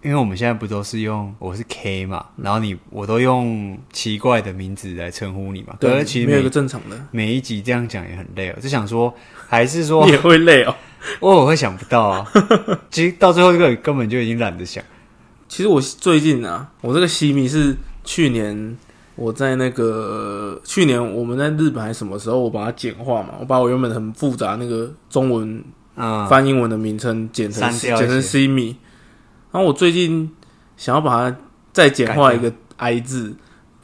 因为我们现在不都是用我是 K 嘛，然后你我都用奇怪的名字来称呼你嘛，可对是其，实没有一个每正常的，每一集这样讲也很累哦，就想 说还是说你也会累哦。我我会想不到 啊，其实到最后这个根本就已经懒得想，其实我最近啊，我这个西米是去年我在那个去年我们在日本还是什么时候，我把它简化嘛，我把我原本很复杂那个中文嗯，翻英文的名称简成删简掉一些成西米，然后我最近想要把它再简化一个 i 字，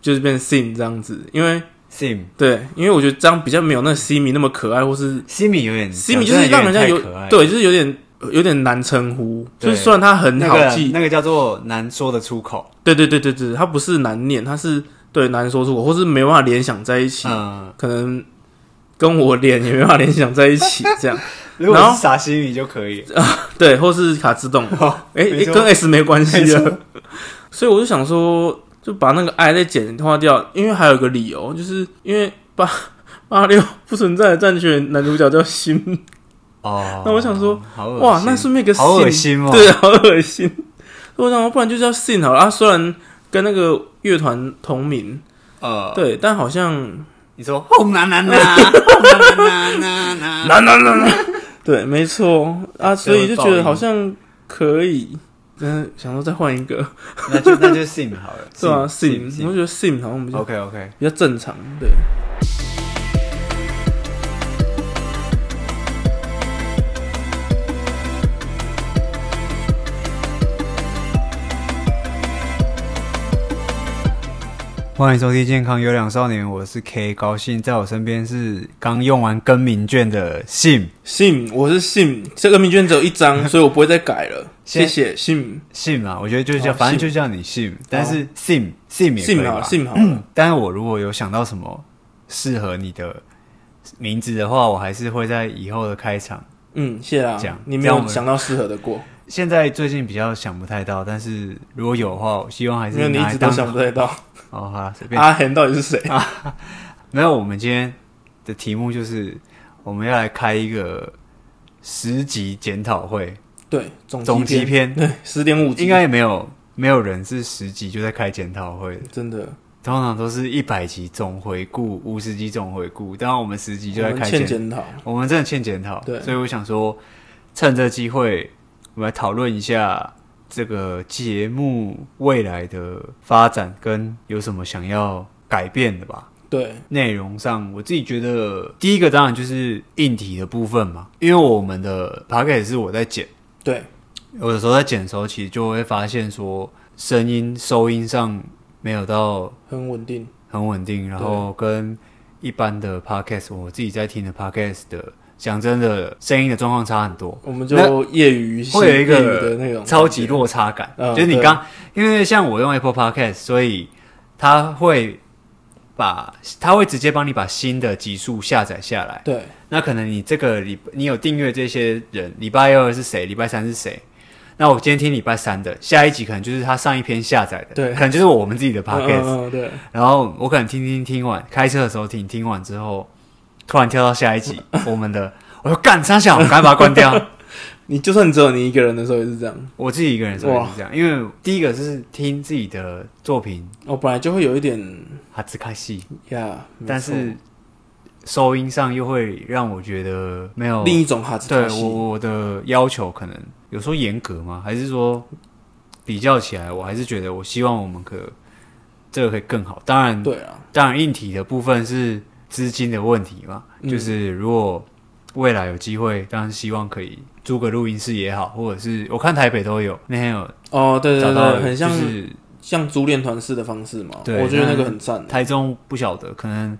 就是变 sin 这样子，因为 Sim 对，因为我觉得这样比较没有那个西米那么可爱，或是 Sim 有点 Simi 就讲真是的让人家有点有太可爱了对，就是有点有点难称呼，对就是虽然它很那好个记，那个叫做难说的出口，对对对对对，它不是难念，它是对难说出口，或是没办法联想在一起，嗯，可能跟我脸也没办法联想在一起，这样如果然后是傻西米就可 以了，对，或是卡自动，好哎、没诶错跟 S 没关系没错了， 所以我就想说，就把那个 I 再简化掉，因为还有一个理由，就是因为八八六 不存在的战犬男主角叫新，哦，那我想说好恶心哇，那顺便一个好恶信心哦，对，啊好恶心。我想，不然就叫 Sin 好了啊。虽然跟那个乐团同名，呃，对，但好 像你说哦轰啦啦啦，轰啦啦啦啦啦， 对，没错啊，所以就觉得好像可以。嗯，想说再换一个，那就那就 Sim 好了，是吧 Sim， ？Sim， Sim，啊我觉得 Sim 好像比较 OK OK，比较正常，对。欢迎收听健康有氧少年，我是 K，高兴在我身边是刚用完更名卷的 Sim。 Sim，我是 Sim，这个名卷只有一张，所以我不会再改了。谢先谢 Sim， Sim 啊，我觉得就叫，哦反正 Sim 就叫你 Sim，但是 Sim Sim 也可以 Sim 好吧。 ，Sim 好了，但是我如果有想到什么适合你的名字的话，我还是会在以后的开场。嗯，谢啦这样。你没这样我有们想到适合的过，现在最近比较想不太到，但是如果有的话，我希望还是因为你拿一来直都当想不太到哦，好啦，随便。阿恒到底是谁。没有，我们今天的题目就是我们要来开一个十集检讨会，对，总总集集篇 对，哎十点五集，应该也没有没有人是十集就在开检讨会的，真的，通常都是一百集总回顾、五十集总回顾，当然我们十集就我在们开欠检，检讨。我们真的欠检讨，对所以我想说，趁这机会，我们来讨论一下这个节目未来的发展跟有什么想要改变的吧。对，内容上，我自己觉得第一个当然就是硬体的部分嘛，因为我们的 p o c k e t 是我在剪，对，我有时候在剪的时候，其实就会发现说声音收音上没有到很稳定。很稳定，然后跟一般的 podcast 我自己在听的 podcast 的，讲真的声音的状况差很多，我们就业余会有一业余的那个种超级落差感，嗯就是你刚因为像我用 Apple Podcast，所以它会把它会直接帮你把新的集数下载下来。对那可能你这个礼你有订阅这些人，礼拜二是谁，礼拜三是谁？那我今天听礼拜三的，下一集可能就是他上一篇下载的，对可能就是我们自己的 Podcast，、嗯嗯嗯对，然后我可能听听听完，开车的时候听，听完之后突然跳到下一集我们的，我说干三小，我赶快把它关掉。你就算只有你一个人的时候也是这样。我自己一个人是会是这样，因为第一个是听自己的作品，我哦本来就会有一点还是开戏，呀，没错但是收音上又会让我觉得没有另一种哈兹哦对卡西我我的要求可能有时候严格吗？还是说比较起来，我还是觉得我希望我们可这个可以更好。当然，对啊，当然硬体的部分是资金的问题嘛，嗯就是如果未来有机会，当然希望可以租个录音室也好，或者是我看台北都有那天有哦，对对找到对，很像就是像租练团式的方式嘛，对我觉得那那个很赞。台中不晓得，可能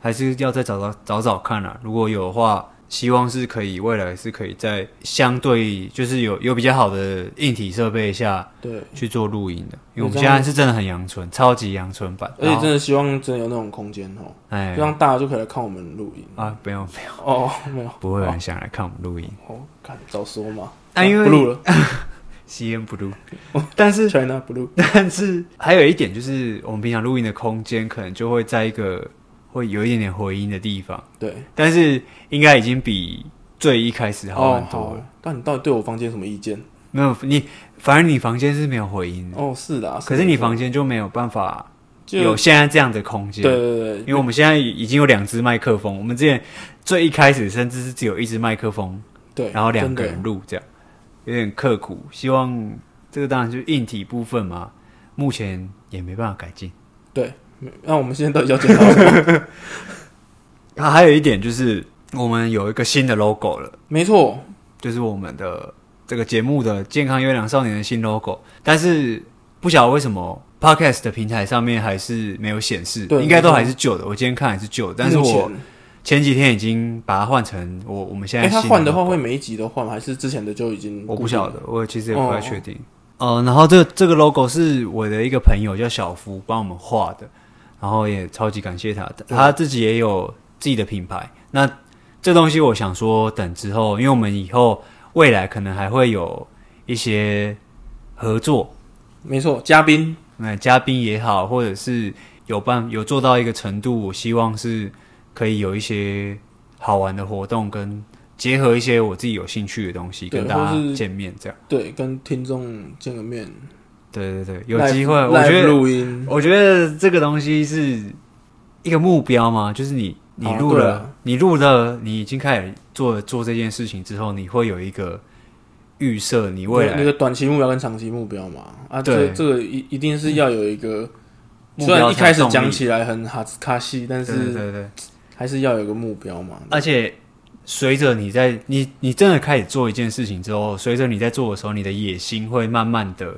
还是要再找找找找看啦、如果有的话，希望是可以未来是可以在相对就是有有比较好的硬体设备下对，去做录音的，因为我们我现这样在是真的很阳春，超级阳春版。而且然后真的希望真的有那种空间哦，哎就让大家就可以来看我们录音。啊，不用，哦，没有，不会有人想来看我们录音，哦，看早说嘛，啊因为不录了吸烟不录。但是，China 不录，但是还有一点就是，我们平常录音的空间可能就会在一个会有一点点回音的地方，对，但是应该已经比最一开始好哦很多了。好，但你到底对我房间有什么意见？没有你，反正你房间是没有回音的，哦，是的啊，嗯可是你的房间就没有办法就有现在这样的空间。对对对因为我们现在已经有两只麦克风，我们之前最一开始甚至是只有一只麦克风，对，然后两真个的人录这样，有点刻苦。希望这个当然就是硬体部分嘛，目前也没办法改进。对。那我们现在到底要讲到 什么？啊，还有一点就是我们有一个新的 logo 了，没错，就是我们的这个节目的“健康优良少年”的新 logo，但是不晓得为什么 podcast 的平台上面还是没有显示，对应该都没错还是旧的。我今天看还是旧的，但是目我前前几天已经把它换成我我们现在哎，新他换的 logo 话会每一集都换吗？还是之前的就已经？我不晓。得，我其实也不太确定。哦、然后这这个 logo 是我的一个朋友叫小福帮我们画的，然后也超级感谢他，他自己也有自己的品牌。那这东西我想说，等之后，因为我们以后未来可能还会有一些合作，没错，嘉宾那嘉宾也好，或者是有办有做到一个程度，我希望是可以有一些好玩的活动，跟结合一些我自己有兴趣的东西，对跟大或家是见面这样。对，跟听众见个面，对对对，有 live- 机会，我觉 live 得录音，我觉得这个东西是一个目标嘛，就是你你哦录对了，啊你录了，你已经开始做做这件事情之后，你会有一个预设，你未那来个短期目标跟长期目标嘛，啊，对嗯这这个一一定是要有一个，目虽标然一才开有始动力讲起来很哈斯卡西，但对对是对对，还是要有一个目标嘛。而且随着你在你你真的开始做一件事情之后，随着你在做的时候，你的野心会慢慢的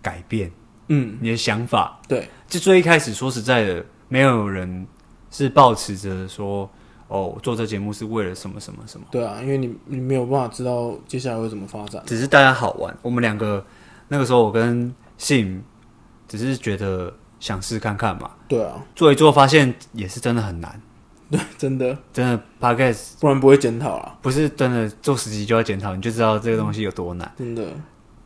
改变，嗯，你的想法对，就最一开始说实在的，没有人是抱持着说哦，我做这节目是为了什么什么什么，对啊，因为你你没有办法知道接下来会怎么发展。只是大家好玩。我们两个那个时候，我跟 Sim 只是觉得想试看看嘛，对啊， 做一做发现也是真的很难，对，真的，真的 Podcast 不然不会检讨啊啦，不是真的做十集就要检讨，你就知道这个东西有多难。真的，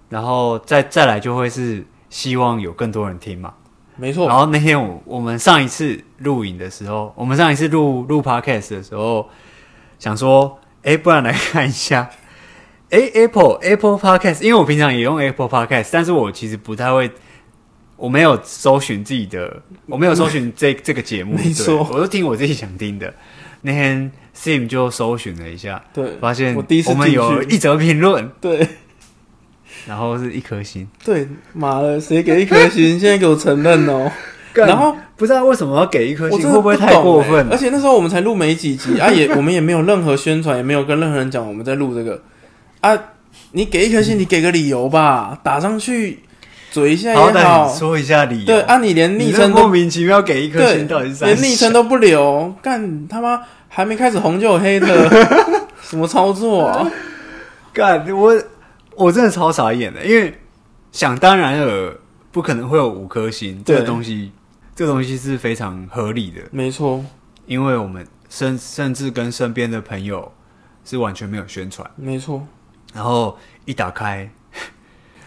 然后再再来就会是希望有更多人听嘛。没错然，后那天我我们上一次录影的时候，我们上一次录录 podcast 的时候，想说，哎，不然来看一下，哎，Apple Apple Podcast，因为我平常也用 Apple Podcast，但是我其实不太会，我没有搜寻自己的，我没有搜寻 这这个节目，没错对我都听我自己想听的。那天 Sim 就搜寻了一下，对，发现我第一次我们进有去，一则评论， 对然后是一颗星，对，妈的，谁给一颗星？现在给我承认哦。然后不知道为什么要给一颗我星，真的会不会懂太过欸分啊了而？且那时候我们才录没几集啊也， 我们也没有任何宣传，也没有跟任何人讲我们在录这个啊。你给一颗星，你给个理由吧，打上去嘴一下好也歹好你。说一下理由。对啊，你连你昵这称莫都名其妙给一颗对星，到底是，三连昵称小都不留，干他妈还没开始红就有黑的，什么操 作啊？干我，我真的超傻眼的，因为想当然尔不可能会有五颗星，这对个东西，这个东西是非常合理的，没错，因为我们甚甚至跟身边的朋友是完全没有宣传，没错。然后一打开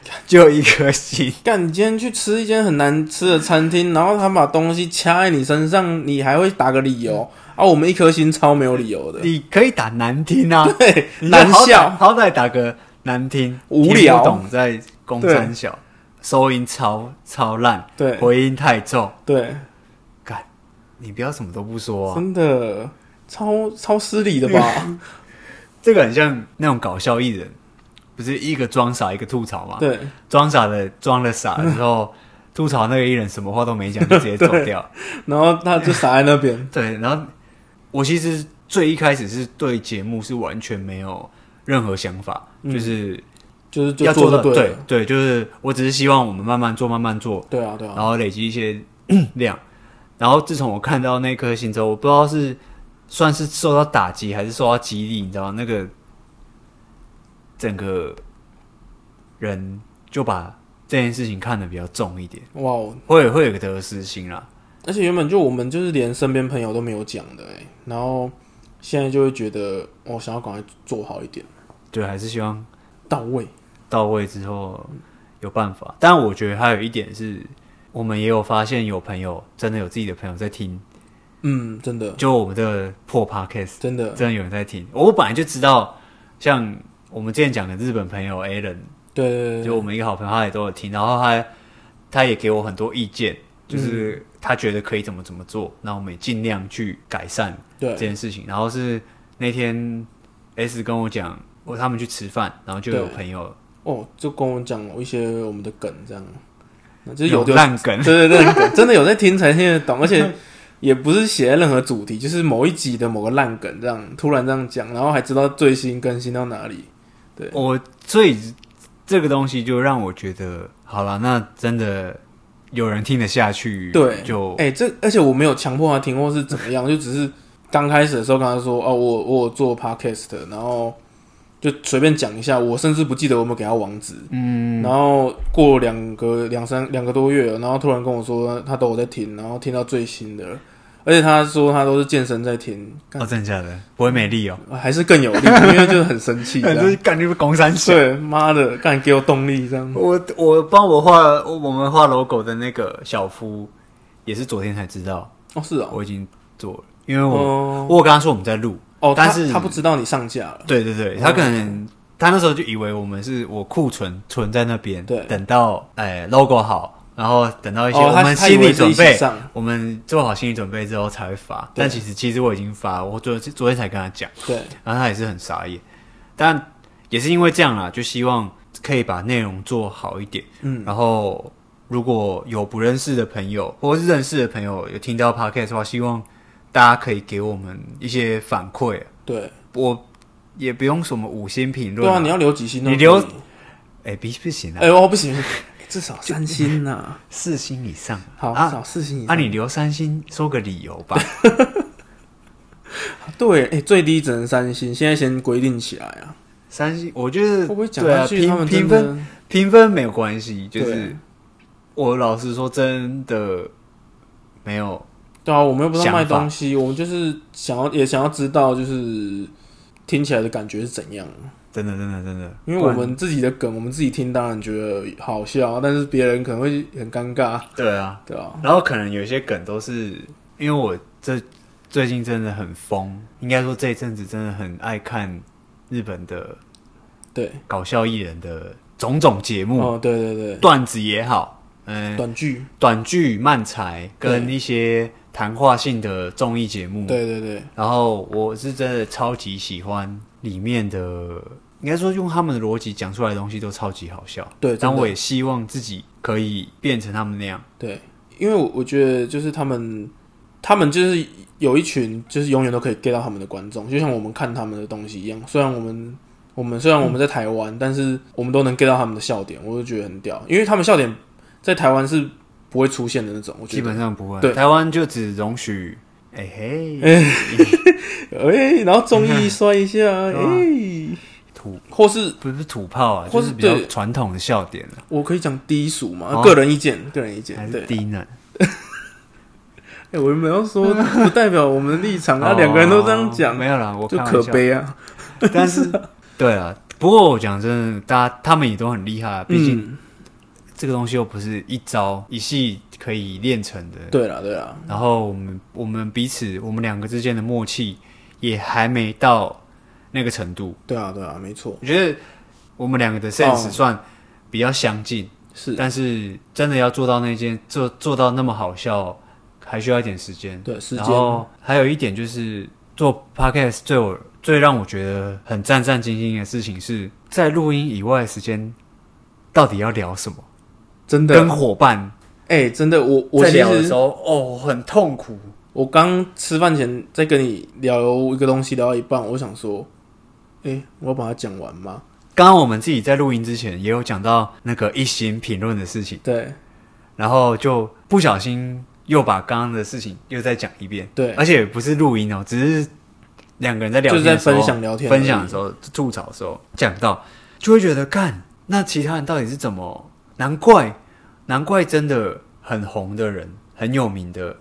就一颗 星，干，你今天去吃一间很难吃的餐厅，然后他把东西掐在你身上，你还会打个理由啊？我们一颗星超没有理由的， 你可以打难听啊，对，你就难好歹笑，好歹打个难听，无听聊不懂在公山小，收音超超烂，对回音太重，对，干，你不要什么都不说啊，真的超超失礼的吧？这个很像那种搞笑艺人，不是一个装傻一个吐槽嘛，对，装傻的装了傻之 后，吐槽那个艺人什么话都没讲就直接走对掉，然后他就傻在那边，对，然后我其实最一开始是对节目是完全没有任何想法，嗯就是。就是就要做到就对对了，对，就是我只是希望我们慢慢做，慢慢做，对啊对啊，然后累积一些 量。然后自从我看到那颗星之后，我不知道是算是受到打击还是受到激励，你知道吗那个整个人就把这件事情看得比较重一点，哇哦，会会有个得失心啦。而且原本就我们就是连身边朋友都没有讲的哎、然后现在就会觉得我、哦想要赶快做好一点，对，还是希望到位，到位之后有办法。但我觉得还有一点是，我们也有发现有朋友真的有自己的朋友在听，嗯，真的就我们的破 podcast 真的，真的有人在听。我本来就知道，像我们之前讲的日本朋友 a l a n 对对对就我们一个好朋友，他也都有听，然后他他也给我很多意见，嗯就是他觉得可以怎么怎么做，那我们也尽量去改善对这件事情。然后是那天 S 跟我讲，我他们去吃饭，然后就有对朋友哦，就跟我讲一些我们的梗这样，那就是有有的烂梗， 对对对，梗真的有在听才听得懂，而且也不是写在任何主题，就是某一集的某个烂梗这样突然这样讲，然后还知道最新更新到哪里。对我所以这个东西就让我觉得，好了，那真的有人听得下去，对，就哎、这而且我没有强迫他听或是怎么样，就只是刚开始的时候跟他说哦，我我有做 podcast，然后就随便讲一下，我甚至不记得我有没有给他网址。嗯，然后过两个两三两个多月了，然后突然跟我说他都有在听，然后听到最新的了，而且他说他都是健身在听，干哦，真的假的？不会美丽哦，还是更有力，因为就是很生气，这这样是感觉是公山水。对，妈的，干给我动力这样。我我帮我画我我们画 logo 的那个小夫，也是昨天才知道，哦，是哦，我已经做了，因为我、哦我有跟他说我们在录，哦，但他是他不知道你上架了，对对对，他可能、他那时候就以为我们是我库存存在那边，对等到哎、logo 好，然后等到一些、哦我他们他心以为理是准一起备上，我们做好心理准备之后才会发。对但其实其实我已经发，我昨昨天才跟他讲，对，然后他也是很傻眼，但也是因为这样啦，就希望可以把内容做好一点。嗯，然后如果有不认识的朋友或是认识的朋友有听到 podcast 的话，希望大家可以给我们一些反馈、啊对，我也不用什么五星评对论、啊，你要留几星都可以？你留哎、必不行啊，哎，我不行， 至少三星呐，四星以上。 好，至啊，少四星以啊，上。你留三星，说个理由 吧。对，哎，最低只能三星，现在先规定起来啊，三星，我觉得会不会讲对下啊，去评他们评真分的？评分没有关系，就是对啊我老实说，真的没有对啊，我们又不是要卖想法东西，我们就是想要也想要知道，就是听起来的感觉是怎样。真的，真的，真的，因为不我然们自己的梗，我们自己听当然觉得好笑，但是别人可能会很尴尬，对啊，对啊，然后可能有些梗都是因为我这最近真的很疯，应该说这一阵子真的很爱看日本的对，搞笑艺人的种种节目，哦，对对对，段子也好，嗯、短剧，短剧、漫才跟对一些谈话性的综艺节目，对对对，然后我是真的超级喜欢里面的，应该说用他们的逻辑讲出来的东西都超级好笑。对真但的我也希望自己可以变成他们那样。对，因为我我觉得就是他们，他们就是有一群就是永远都可以 get 到他们的观众，就像我们看他们的东西一样。虽然我们我们虽然我嗯们在台湾，但是我们都能 get 到他们的笑点，我就觉得很屌，因为他们笑点在台湾是不会出现的那种，我觉基得。本上不会，啊对台湾就只容许，哎、嘿，哎、然后综 艺摔一下，哎、啊土或是不是土炮啊，或就是是比较对传统的笑点啊，我可以讲低俗嘛、哦个人意见，个人意见还，对是。低能。哎、我没有说不代表我们的立场 啊，哦两个人都这样讲，没有啦，我就开玩可笑悲啊。 但 是，对啊，不过我讲真的，大家他们也都很厉害啊，毕竟嗯，这个东西又不是一招一系可以练成的。对了对了，然后我们我们彼此我们两个之间的默契也还没到那个程度，对啊对啊，没错，我觉得我们两个的 sense 哦算比较相近，是但是真的要做到那件做做到那么好笑，还需要一点时间。对时然间，后还有一点就是做 podcast 最我最让我觉得很战战兢兢的事情是在录音以外的时间，到底要聊什么？真的跟，伙伴哎、真的，我我在其聊的时实候，哦，很痛苦。我刚吃饭前在跟你聊一个东西，聊到一半，我想说，哎、我要把它讲完吗？刚刚我们自己在录音之前也有讲到那个一星评论的事情，对然后就不小心又把刚刚的事情又再讲一遍，对而且不是录音哦，只是两个人在聊天就是的在时候，分享聊天而已分享的时候吐槽的时候讲到，就会觉得干，那其他人到底是怎么？难怪，难怪真的很红的人，很有名的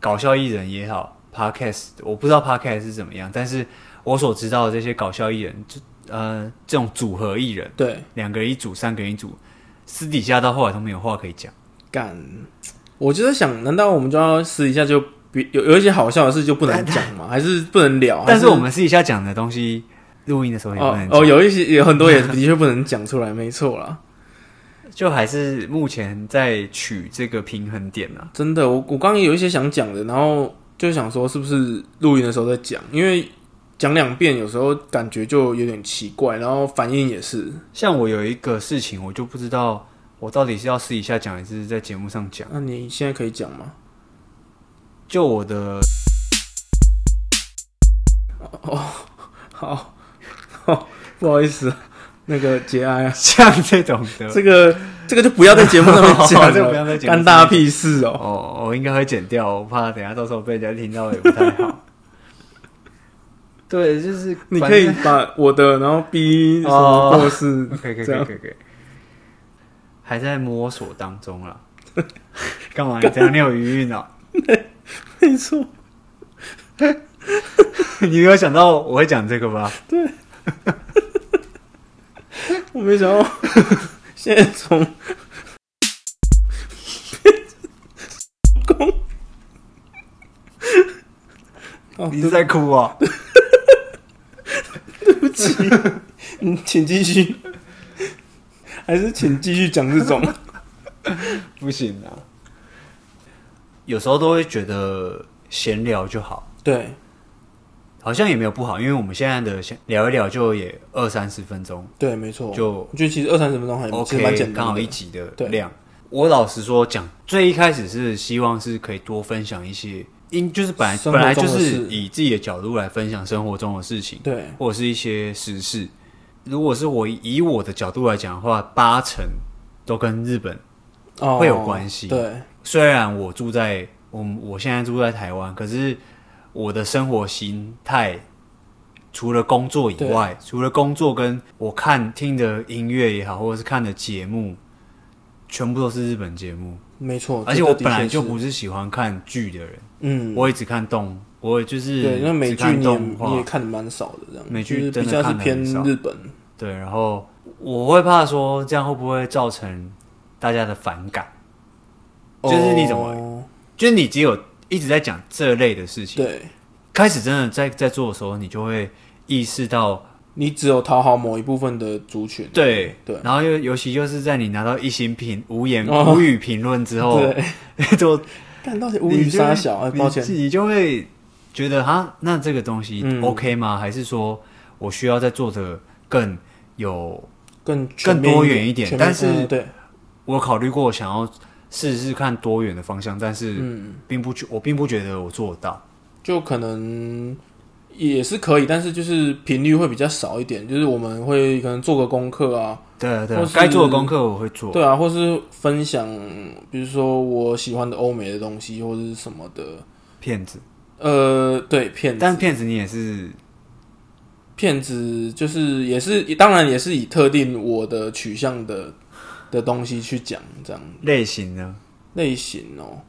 搞笑艺人也好，podcast 我不知道 podcast 是怎么样，但是我所知道的这些搞笑艺人，就呃这种组合艺人，对，两个人一组，三个人一组，私底下到后来都没有话可以讲。干，我就在想，难道我们就要私底下就别有有一些好笑的事就不能讲吗？还是不能聊？但还是是我们私底下讲的东西，录音的时候也不哦能讲哦，有一些有很多也的确不能讲出来，没错啦。就还是目前在取这个平衡点啊。真的，我我刚刚有一些想讲的，然后就想说是不是录音的时候再讲，因为讲两遍有时候感觉就有点奇怪，然后反应也是，像我有一个事情，我就不知道我到底是要私底下讲，还是在节目上讲。那你现在可以讲吗？ 就我的，好，好，不好意思，那个节哀啊，像这种的，这个这个就不要在节目上 面好讲这个不要在了，节目干大屁事哦、哦，我应该会剪掉，我怕等一下到时候被人家听到也不太 好。对，就是你反可正以把我的，然后逼什么哦过世，可以可以可这以样可以可以，还在摸索当中啦。 干嘛？你这样你有余韵哦？ 没错，你没有想到我会讲这个吧？我没想到现在从公， 哦，你是在哭啊、 嗯，请继续，还是请继续讲这种，不行啊！有时候都会觉得闲聊就好，对，好像也没有不好，因为我们现在的闲聊一聊就也二三十分钟，对，没错，就我觉得其实二三十分钟还嗯其实蛮 OK，简刚单好的一，集的对量。我老实说讲，最一开始是希望是可以多分享一些，因就是本来生本活来中就的事是以自己的角度来分享生活中的事情，对，或者是一些时事。如果是我以我的角度来讲的话，八成都跟日本哦，会有关系对，虽然我住在我我现在住在台湾，可是我的生活心态除了工作以外，除了工作跟我看听的音乐也好，或者是看的节目，全部都是日本节目。没错，而且我这个的确，本来就是不是喜欢看剧的人，嗯，我也只看动，我也就是对，那美只剧看你也动你画也，看的蛮少的，这样美剧就是真比的较是看得偏很少日本，对。然后我会怕说这样会不会造成大家的反感？就是那种哦就是你只有一直在讲这类的事情。对开始真的在在做的时候，你就会意识到，你只有讨好某一部分的族群，对对然后又尤其就是在你拿到一星评无言、哦无语评论之后，对， 就看到底无语沙小，哎，你抱歉，你就会觉得哈，那这个东西嗯 OK 吗？还是说我需要再做的更有？更全面更多元一点全面但是嗯对，我有考虑过想要试试看多元的方向，但是嗯，并不觉我并不觉得我做得到。就可能也是可以，但是就是频率会比较少一点，就是我们会可能做个功课啊，对啊对啊或是该做的功课我会做。对啊，或是分享，比如说我喜欢的欧美的东西或者是什么的，骗子，呃，对，骗子，但骗子你也是骗子就是也是，当然也是以特定我的取向的的东西去讲这样类型呢？类型哦。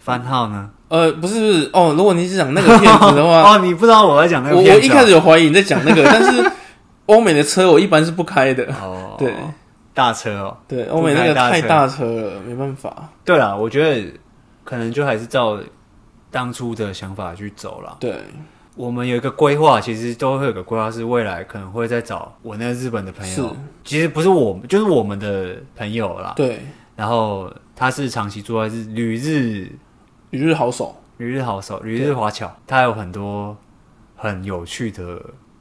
番号呢？呃，不是不是哦，如果你是讲那个骗子的话，哦，你不知道我在 讲那个我我骗子一啊开始有怀疑你在讲那个，但是欧美的车我一般是不开的。哦， 对，大车哦。对，欧美那不开个大太车大车了，没办法。对啦，我觉得可能就还是照当初的想法去走啦。对，我们有一个规划，其实都会有个规划，是未来可能会再找我那个日本的朋是友，其实不是我们，就是我们的朋友啦。对，然后他是长期住在日旅日旅日好手，旅日好手旅日华侨，他有很多很有趣的，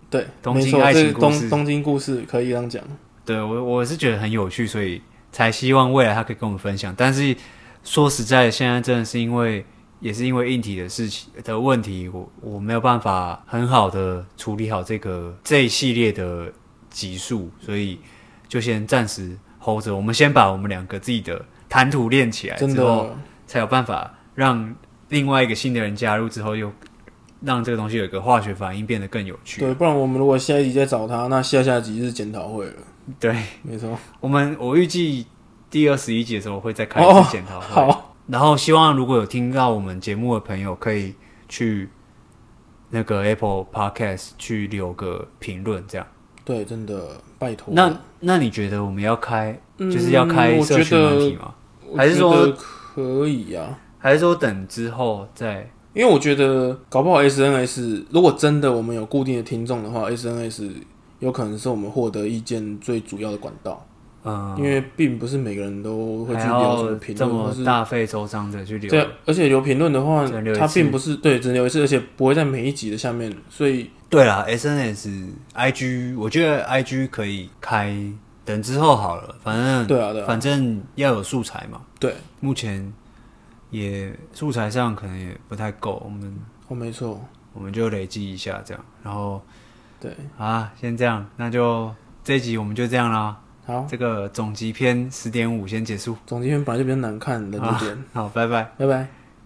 对，东没京错，爱这情是故东事东京故事可以这样讲。对我我是觉得很有趣，所以才希望未来他可以跟我们分享。但是说实在，现在真的是因为也是因为硬体的事情的问题，我我没有办法很好的处理好这个这一系列的集数，所以就先暂时 hold 着。我们先把我们两个自己的谈吐练起来真之后，的，才有办法让另外一个新的人加入之后，又让这个东西有一个化学反应变得更有趣。对，不然我们如果下一集再找他，那下下集是检讨会了，对。没错。我们我预计第二十一集的时候会再开一次检讨会，哦好，然后希望如果有听到我们节目的朋友，可以去那个 Apple Podcast 去留个评论，这样。对，真的，拜托。那那你觉得我们要开，嗯就是要开我社觉群得媒体吗？我还是嗯觉说得可以呀、还是说等之后再？因因为我觉得搞不好 SNS 如果真的我们有固定的听众的话，SNS 有可能是我们获得意见最主要的管道，嗯，因为并不是每个人都会去还聊什么要评这论或么是大费周章的去对留啊，，而且留评论的话只能留，一它次并不是对只留一次，而且不会在每一集的下面，所以对啦 s N S I G，我觉得 I G 可以开，等之后好了，反正对啊对啊反正要有素材嘛。对，目前也素材上可能也不太够，我们哦，没错，我们就累积一下这样，然后对，啊，先这样，那就这一集我们就这样啦。好，这个总集篇十点五先结束，总结篇本来就比较难看，冷一点，好，拜拜。拜拜。